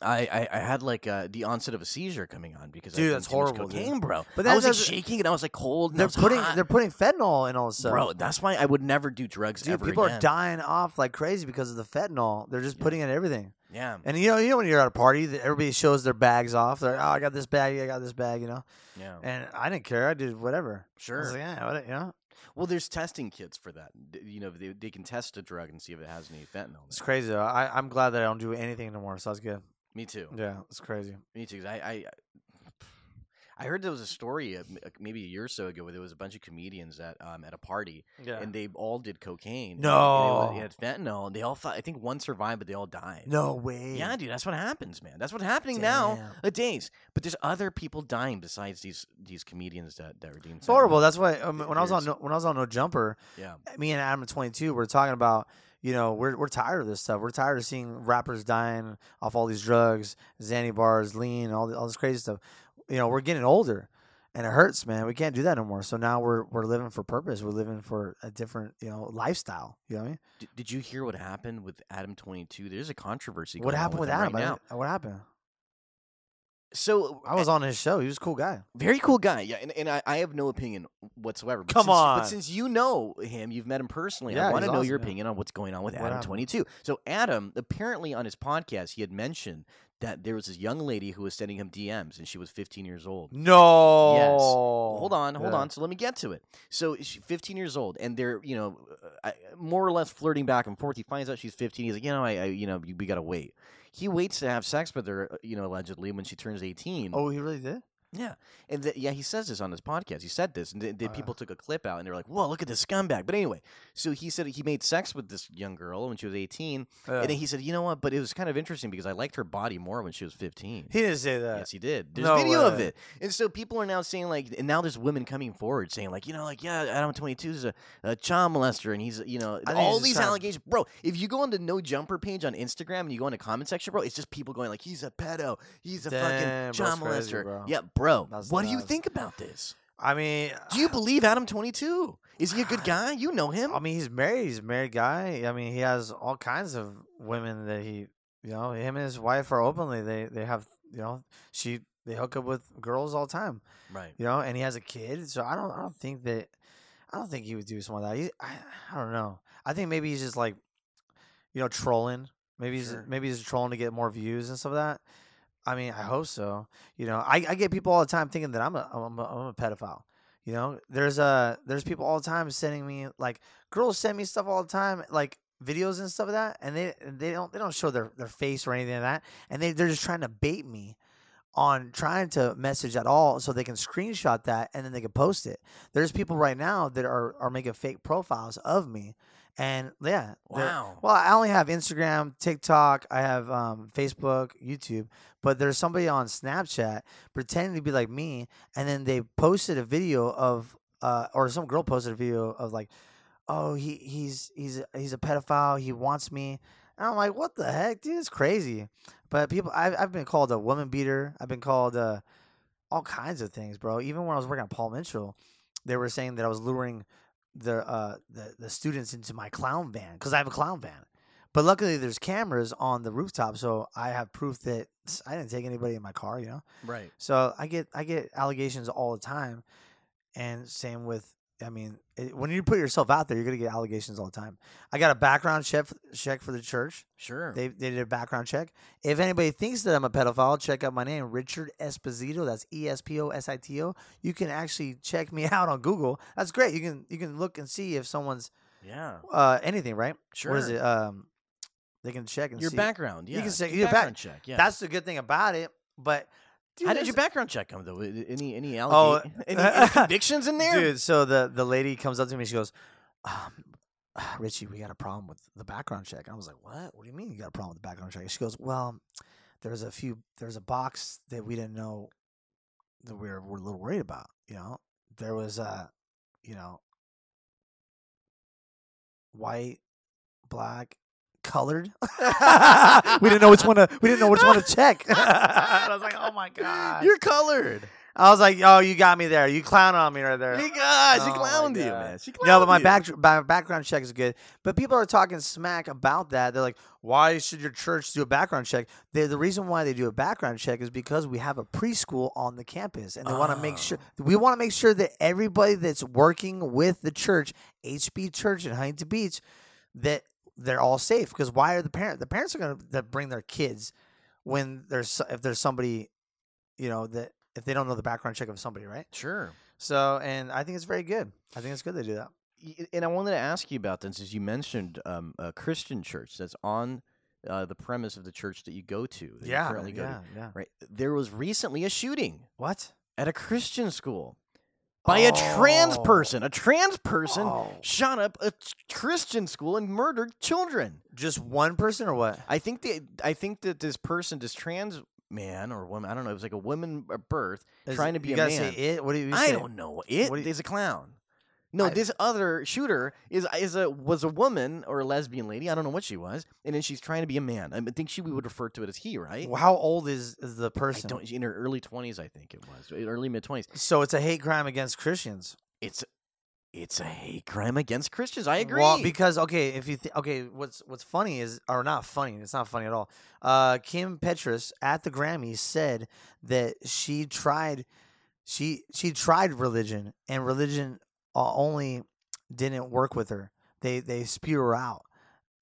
I I, I had like uh, the onset of a seizure coming on because Dude, I that's horrible, dude. cocaine, bro. But But that I was like doesn't- shaking and I was like cold. And I They're was putting hot. they're putting fentanyl in all this stuff. bro. That's why I would never do drugs Dude, ever. people again. are dying off like crazy because of the fentanyl. They're just Yeah. putting in everything. Yeah, And you know, you know when you're at a party, that everybody shows their bags off. They're oh, I got this bag, I got this bag, you know. yeah, And I didn't care. I did whatever. I was sure. like, yeah, what, you know, Well, there's testing kits for that. D- You know, they, they can test a drug and see if it has any fentanyl. in It's it. crazy. Though. I I'm glad that I don't do anything anymore. So that's good. Me too. Yeah, it's crazy. Me too. 'cause I, I, I heard there was a story uh, m- uh, maybe a year or so ago where there was a bunch of comedians at um, at a party Yeah. and they all did cocaine. No. and it, was- it had fentanyl. And they all thought I think one survived, but they all died. no way. Yeah, dude, that's what happens, man. That's what's happening now Damn. now. Days, but there's other people dying besides these these comedians that that redeem. It's horrible. That's why um, when I was on There's- no, when I was on No Jumper, yeah, me and Adam at 22 were talking about, you know, we're we're tired of this stuff. We're tired of seeing rappers dying off all these drugs, Xanny bars, lean, all the, all this crazy stuff. You know, we're getting older, and it hurts, man. We can't do that anymore. So now we're we're living for purpose. We're living for a different, you know, lifestyle. You know what I mean? D- did you hear what happened with Adam Twenty Two? There's a controversy. what going on happened with him Adam? right I now? didn't- What happened? So I was on his show. He was a cool guy. Very cool guy, yeah, and, and I, I have no opinion whatsoever. But Come since, on. but since you know him, you've met him personally. Yeah, I want to he's know your awesome, yeah. opinion on what's going on with What Adam happened? Twenty Two. So Adam, apparently on his podcast, he had mentioned that there was this young lady who was sending him DMs, and she was 15 years old. No. Hold on, hold Yeah. on. So let me get to it. So she's 15 years old, and they're you know uh, I- more or less flirting back and forth. He finds out she's 15. He's like, you know, I, I you know, we gotta wait. He waits to have sex with her, uh, you know, allegedly when she turns 18. Oh, he really did. Yeah, and th- yeah, he says this on his podcast. He said this, and th- then Wow. people took a clip out, and they're like, "Whoa, look at this scumbag!" But anyway, so he said he made sex with this young girl when she was eighteen, Yeah. and then he said, "You know what?" But it was kind of interesting because I liked her body more when she was fifteen. He didn't say that. Yes, he did. There's No video of way. it, and so people are now saying like, and now there's women coming forward saying like, you know, like yeah, Adam Twenty Two is a, a child molester, and he's you know I think all he's just these trying to- allegations, bro. If you go on the No Jumper page on Instagram and you go on the comment section, bro, it's just people going like, he's a pedo, he's a Damn, bro, fucking child it's crazy, molester. bro. Yeah, bro, That's what do you nuts. think about this? I mean, Do you believe Adam Twenty Two? Is he a good guy? You know him. I mean, he's married. He's a married guy. I mean, he has all kinds of women that he, you know, him and his wife are openly. They they have, you know, she they hook up with girls all the time. right. you know, and he has a kid. So I don't, I don't think that, I don't think he would do something like that. He, I, I don't know. I think maybe he's just like, you know, trolling. Maybe he's Sure. maybe he's trolling to get more views and stuff like that. I mean, I hope so. You know, I, I get people all the time thinking that I'm a I'm a, I'm a pedophile. You know, there's uh there's people all the time sending me like girls send me stuff all the time like videos and stuff like that, and they and they don't they don't show their their face or anything like that, and they they're just trying to bait me on trying to message at all so they can screenshot that and then they can post it. There's people right now that are, are making fake profiles of me. And yeah. they're- Wow. Well, I only have Instagram, TikTok, I have um, Facebook, YouTube, but there's somebody on Snapchat pretending to be like me. And then they posted a video of, uh, or some girl posted a video of like, oh, he, he's, he's, a- he's a pedophile. He wants me. And I'm like, what the heck, dude? It's crazy. But people, I've, I've been called a woman beater. I've been called uh, all kinds of things, bro. Even when I was working at Paul Mitchell, they were saying that I was luring the uh, the, the students into my clown van because I have a clown van. But luckily, there's cameras on the rooftop, so I have proof that I didn't take anybody in my car. You know, Right. so I get I get allegations all the time, and same with I mean it, when you put yourself out there, you're gonna get allegations all the time. I got a background check check for the church. Sure. They, they did a background check. If anybody thinks that I'm a pedophile, check out my name, Richard Esposito. That's E S P O S I T O. You can actually check me out on Google. That's great. You can you can look and see if someone's yeah. uh, anything, right? Sure. What is it? Um, they can check and Your see. background. You Yeah. can say- Your your back- background check. Yeah. That's the good thing about it. But dude, How did there's- your background check come though? Any any Oh, allega- any, any convictions in there? Dude, so the the lady comes up to me. She goes, um, "Richie, we got a problem with the background check." I was like, "What? What do you mean you got a problem with the background check?" She goes, "Well, there's a few. There's a box that we didn't know that we were, were a little worried about. You know, there was a, you know, white, black." Colored. we didn't know which one to. We didn't know which one to Oh, check. And I was like, "Oh my god!" You're colored. I was like, "Oh, you got me there. You clown on me right there." My God, she Oh my clowned you, God. man. She No, but clowned my you. back my background check is good. But people are talking smack about that. They're like, "Why should your church do a background check?" They, the reason why they do a background check is because we have a preschool on the campus, and they want to make sure we want to make sure that everybody that's working with the church, HB Church in Huntington Beach, that they're all safe. Because why are the parent the parents are going to bring their kids when there's so- if there's somebody, you know that if they don't know the background check of somebody, right? Sure. So, and I think it's very good. I think it's good they do that. Y- And I wanted to ask you about this, as you mentioned um, a Christian church that's on uh, the premise of the church that you go to. that you currently go to, yeah. Right. There was recently a shooting What? at a Christian school by a trans Oh. person. A trans person Oh. shot up a t- Christian school and murdered children. Just one person or what? I think that I think that this person, this trans man or woman, I don't know, it was like a woman at birth Is- trying to be you a gotta man. Say it. What do you? I say? don't know. It What do you- is a clown. No, I- this other shooter is is a was a woman or a lesbian lady. I don't know what she was, and then she's trying to be a man. I think she we would refer to it as he, right? Well, How old is, is the I person? don't. In her early twenties, I think it was early mid twenties. So it's a hate crime against Christians. It's it's a hate crime against Christians. I agree. Well, because okay, if you th- okay, what's what's funny is or not funny. It's not funny at all. Uh, Kim Petras at the Grammys said that she tried, she she tried religion and religion uh, only didn't work with her. They they spew her out.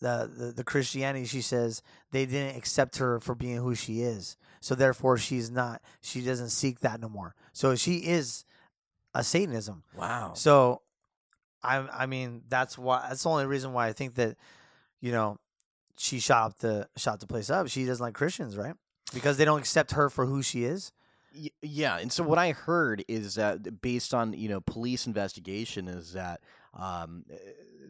The, the the Christianity she says they didn't accept her for being who she is. So therefore she's not she doesn't seek that no more. So she is a Satanism. wow. So, I I mean that's why that's the only reason why I think that you know she shot up the shot the place up. She doesn't like Christians, right? Because they don't accept her for who she is. Y- yeah, and so what I heard is that based on you know police investigation is that um, eh,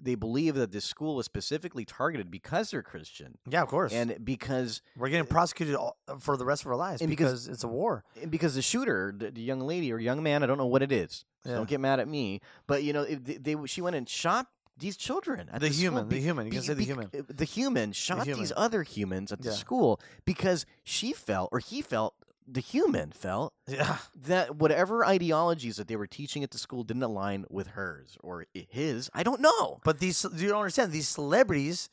they believe that this school was specifically targeted because they're Christian Yeah, of course. And and because we're getting prosecuted all, for the rest of our lives And because, because- it's a war. and because the shooter, the, the young lady or young man, I don't know what it is. So Yeah. Don't get mad at me. But you know, it, they, they she went and shot these children at The school human, be- the human. You be- can say the bec- human. uh, The human shot human. these other humans at the Yeah. school because she felt or he felt the human felt Yeah, that whatever ideologies that they were teaching at the school didn't align with hers or i- his. I don't know. but these you don't understand. These celebrities,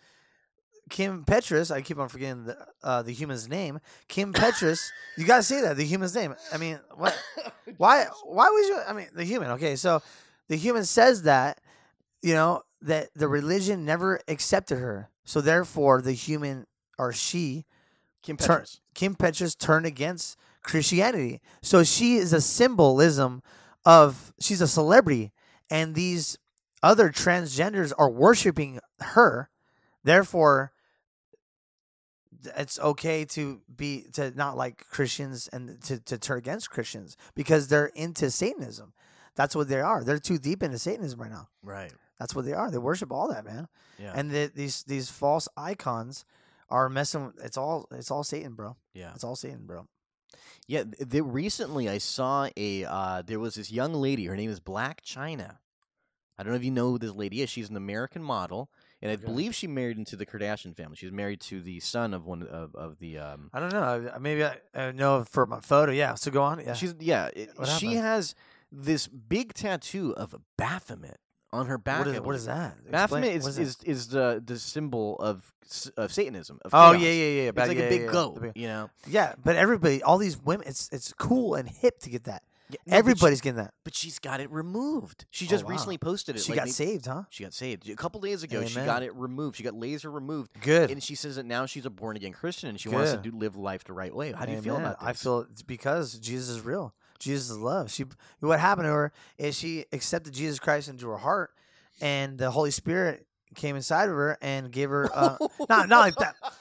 Kim Petras. I keep on forgetting the uh, the human's name. Kim Petras. you gotta say that the human's name. I mean, what? Why? Why would you? I mean, the human. Okay, so the human says that you know that the religion never accepted her. So therefore, the human or she Kim Turn- Petras. Kim Petras turned against Christianity. So she is a symbolism of she's a celebrity, and these other transgenders are worshiping her. Therefore, th- it's okay to be to not like Christians and to, to turn against Christians because they're into Satanism. That's what they are. They're too deep into Satanism right now. Right. That's what they are. They worship all that, man. Yeah. And the, these these false icons are messing. with- It's all it's all Satan, bro. yeah. It's all Satan, bro. Yeah. th- They, recently, I saw a. Uh, there was this young lady. Her name is Black China. I don't know if you know who this lady is. She's an American model, and I Okay. believe she married into the Kardashian family. She's married to the son of one of, of the. Um, I don't know. I- Maybe I, I know for my photo. Yeah. So go on. Yeah. She's yeah. it- What she happened? has this big tattoo of Baphomet on her back. what, I is, what believe. is that? Explain- Baphomet what is, that? is is the the symbol of s- of Satanism. Of oh chaos. yeah, yeah, yeah. yeah, It's back- like yeah, a big yeah, yeah, goat, the big- you know. Yeah, but everybody, all these women, it's it's cool and hip to get that. Yeah, no, but she- Everybody's getting that. but, she, has got it removed. She Oh, just wow. recently posted it. She like, got maybe- saved, huh? She got saved a couple days ago. She Amen. got it removed. She got laser removed, Good. and she says that now she's a born again Christian and she wants to Good. do live life the right way. How do you feel Amen. about this? I feel it's because Jesus is real. Jesus is love. She what happened to her is she accepted Jesus Christ into her heart, and the Holy Spirit came inside of her and gave her. Uh, not- not like that. I'm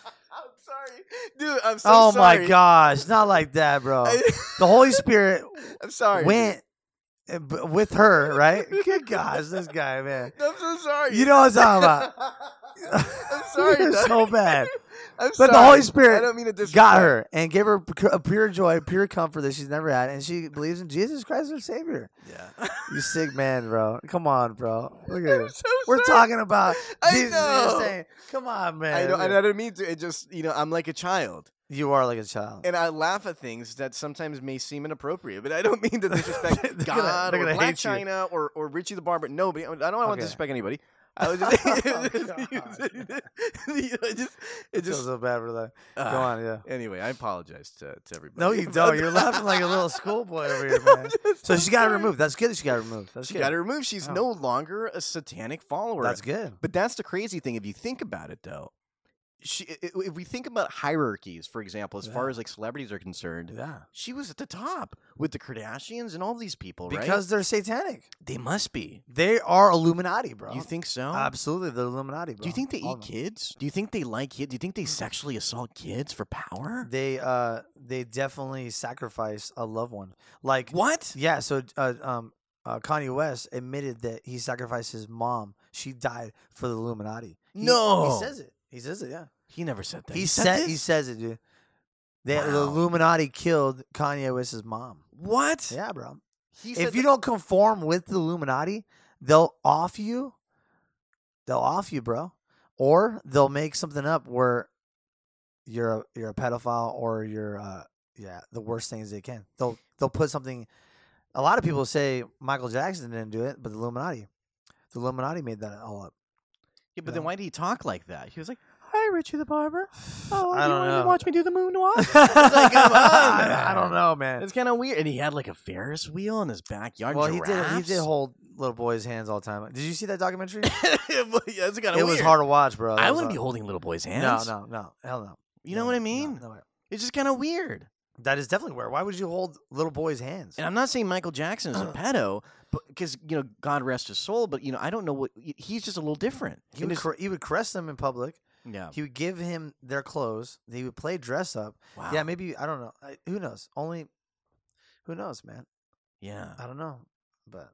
sorry, dude. I'm so oh sorry. my gosh! Not like that, bro. I- The Holy Spirit I'm sorry. dude. went uh, b- with her, right? Good gosh, this guy, man. I'm so sorry. You know what I'm talking about. I'm sorry. You're dog. so bad. I'm But the Holy sorp- I Spirit don't mean to disrespect. Got her and gave her p- a pure joy, pure comfort that she's never had, and she believes in Jesus Christ as her Savior. Yeah. You sick man, bro. Come on, bro. Look at I'm this. so We're sorry. talking about I Jesus. and you're know. saying, Come on, man. I don't, I don't mean to. It just, you know, I'm like a child, You are like a child. and I laugh at things that sometimes may seem inappropriate, but I don't mean to disrespect They're gonna- God they're or gonna Black hate you. China or, or Richie the Barber. Nobody. I don't want Okay. to disrespect anybody. I was just, Oh, You know, it just, it I feel just. so bad for that. uh, Go on, yeah. Anyway, I apologize to, to everybody. No, you don't. You're laughing like a little schoolboy over here, man. So she got it removed. That's good. that She got it removed. That's She good. got her removed. She's Oh. no longer a satanic follower. That's good. But that's the crazy thing. If you think about it, though, she, i- i- if we think about hierarchies, for example, as far Yeah. as like celebrities are concerned, Yeah. she was at the top with the Kardashians and all these people, right? Because they're satanic. they must be. They are Illuminati, bro. You think so? Absolutely, the Illuminati, bro. Do you think they All eat of Mm-hmm. them. kids? Do you think they like kids? Do you think they sexually assault kids for power? They uh they definitely sacrifice a loved one. Like What? yeah, so uh, um uh, Kanye West admitted that he sacrificed his mom. She died for the Illuminati. He- No. he says it. He says it. Yeah, He never said that. he, said said he this? says it, dude. That the Wow. Illuminati killed Kanye West's mom. what? Yeah, bro. He said if you that- don't conform with the Illuminati, they'll off you. They'll off you, bro. Or they'll make something up where you're a, you're a pedophile or you're uh yeah the worst things they can. They'll they'll put something. A lot of people say Michael Jackson didn't do it, but the Illuminati, the Illuminati made that all up. Yeah, but Yeah. then why did he talk like that? He was like, "Hi, Richie the barber. Oh, I you don't wanna know. Watch me do the moonwalk." like, come on, I, I man. don't know, man. It's kind of weird. And he had like a Ferris wheel in his backyard. well, he did he did giraffes. hold little boys' hands all the time. Did you see that documentary? it Well, yeah, it's kind of was hard to watch, bro. It I was wouldn't be hard. holding little boys' hands. No, no, no, hell no. You know No, what I no, mean? no way. It's just kind of weird. That is definitely where. Why would you hold little boys' hands? And I'm not saying Michael Jackson is a pedo, but because you know, God rest his soul. But you know, I don't know what he- he's just a little different. He And would, it's- ca- he would caress them in public. yeah. He would give him their clothes. He would play dress up. Wow. Yeah, maybe I don't know. I, who knows? Only Who knows, man? Yeah. I don't know, but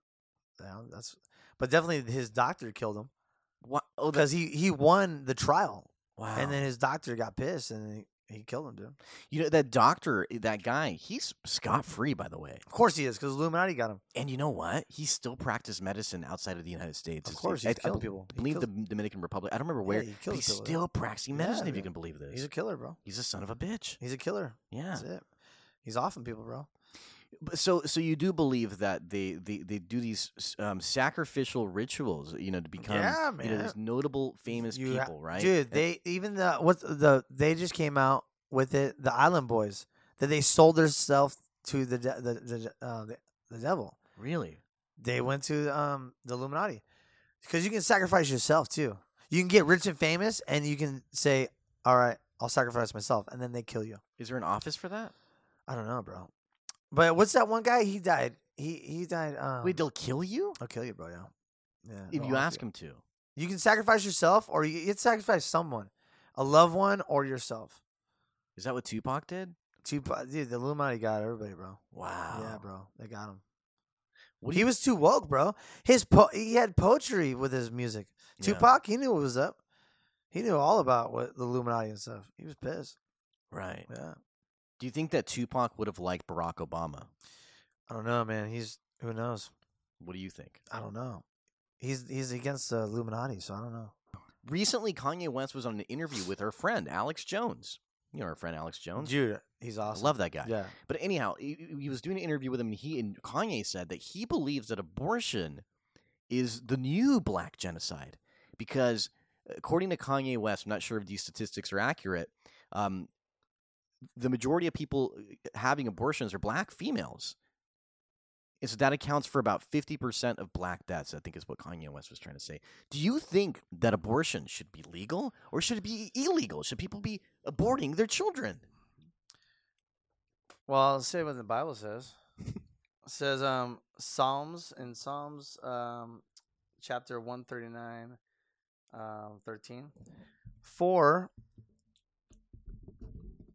you know, that's but definitely his doctor killed him What? Oh, the, because he he won the trial wow. and then his doctor got pissed and he, he killed him, dude. you know that doctor, eh, that guy, he's scot free, by the way. Of course he is because Illuminati got him. And you know what? He still practiced medicine outside of the United States. Of It's- eh, course, I, he's I killing be- people. He believe kills- the Dominican Republic. I don't remember where. Yeah, he but kills he's people, yeah. still practicing Yeah, medicine, if you dude. can believe this. He's a killer, bro. He's a son of a bitch. He's a killer. Yeah. That's it. He's offing people, bro. But so, so you do believe that they they, they do these s- um, sacrificial rituals, you know, to become yeah, you know these notable famous You ha- people, right? Dude, And- they even the what the they just came out with it. The Island Boys that they sold themselves to the de- the the, de- uh, the the devil. really. They went to um the Illuminati because you can sacrifice yourself too. You can get rich and famous, and you can say, "All right, I'll sacrifice myself," and then they kill you. Is there an office for that? I don't know, bro. But what's that one guy? He died. He he died. Um, Wait, they'll kill you I'll kill you, bro. Yeah. Yeah. if they'll you off ask them to. You can sacrifice yourself, or you can sacrifice someone, a loved one, or yourself. Is that what Tupac did? Two, dude, the Illuminati got everybody, bro. Wow. Yeah, bro, they got him. What do he you- was too woke, bro. His po- he had poetry with his music. Yeah. Tupac, he knew what was up. He knew all about what the Illuminati and stuff. He was pissed. Right. Yeah, Do you think that Tupac would have liked Barack Obama? I don't know, man. He's who knows. What do you think? I don't know. He's he's against the Illuminati, so I don't know. Recently, Kanye West was on an interview with our friend Alex Jones. You know our friend Alex Jones. Dude, he's I awesome. love that guy. Yeah, But anyhow, he, he was doing an interview with him, and he and Kanye said that he believes that abortion is the new black genocide because, according to Kanye West, I'm not sure if these statistics are accurate. Um, the majority of people uh, having abortions are black females. And so that accounts for about 50% of black deaths, I think is what Kanye West was trying to say. Do you think that abortion should be legal or should it be illegal? Should people be aborting their children? Well, I'll say what the Bible says. it says um Psalms in Psalms um chapter 139 um 13 for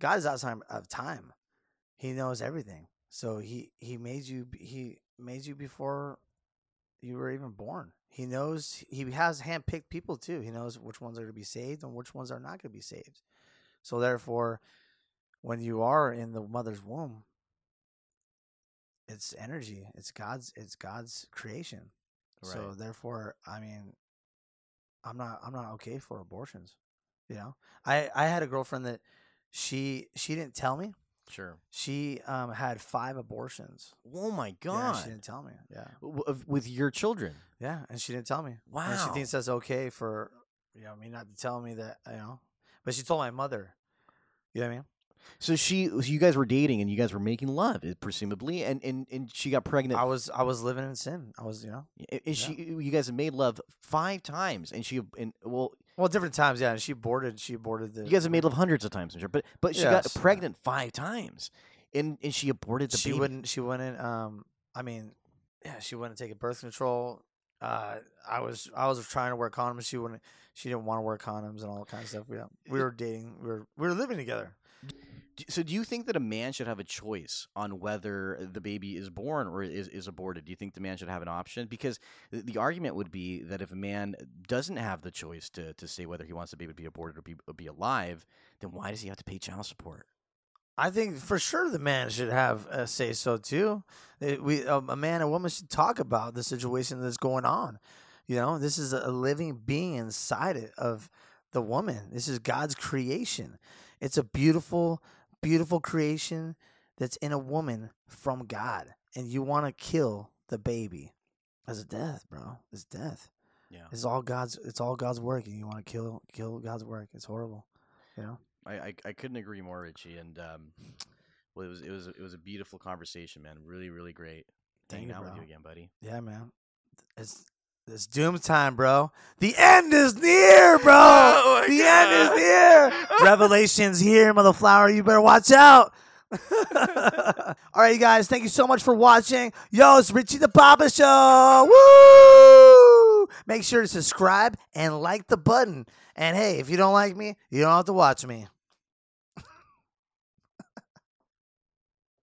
God is outside of time. He knows everything. So he he made you. b- He made you before you were even born. He knows he has handpicked people too. He knows which ones are to be saved and which ones are not going to be saved. So therefore, when you are in the mother's womb, it's energy. It's God's. It's God's creation. So Right. therefore, I mean, I'm not. I'm not okay for abortions. You know, I I had a girlfriend that she she didn't tell me. Sure. She um had five abortions. Oh my Yeah, god! she didn't tell me. Yeah. W- of- with your children. Yeah, and she didn't tell me. Wow. And she thinks that's okay for you know me not to tell me that you know. But she told my mother. You know what I mean? so she, so you guys were dating and you guys were making love, eh, presumably, and and and she got pregnant. eh, I was I was living in sin. I was you know and she, you guys have made love five times, and she, and well, well different times. Yeah, and she boarded. She boarded the. you guys have made love hundreds of times, I'm sure. But but she Yes, got yeah. pregnant five times, and and she aborted the she baby. wouldn't. She wouldn't. Um, I mean, yeah, she wouldn't take a birth control. Uh, I was I was trying to wear condoms. She wouldn't. She didn't want to wear condoms and all that kind of stuff. Yeah, we were dating. We were we were living together. D- So do you think that a man should have a choice on whether the baby is born or is, is aborted? Do you think the man should have an option? Because th- the argument would be that if a man doesn't have the choice to, to say whether he wants the baby to be aborted or be, or be alive, then why does he have to pay child support? I think for sure the man should have a say so too. It- we a, a man and woman should talk about the situation that's going on. You know, this is a living being inside it of the woman. This is God's creation. It's a beautiful, beautiful creation that's in a woman from God, and you want to kill the baby. That's death, bro. It's death. Yeah. It's all God's. It's all God's work, and you want to kill kill God's work. It's horrible. You know. I, I, I couldn't agree more, Richie. And um, Well, it was it was it was a beautiful conversation, man. Really, really great. Thank Hanging you, out with bro. you again, buddy. Yeah, man. It's it's doom time, bro. The end is near, bro. Oh my the end God. is near. Revelation's here, motherflower. You better watch out. All right, you guys. Thank you so much for watching. Yo, it's Richie the Papa Show. Woo! Make sure to subscribe and like the button. And hey, if you don't like me, you don't have to watch me.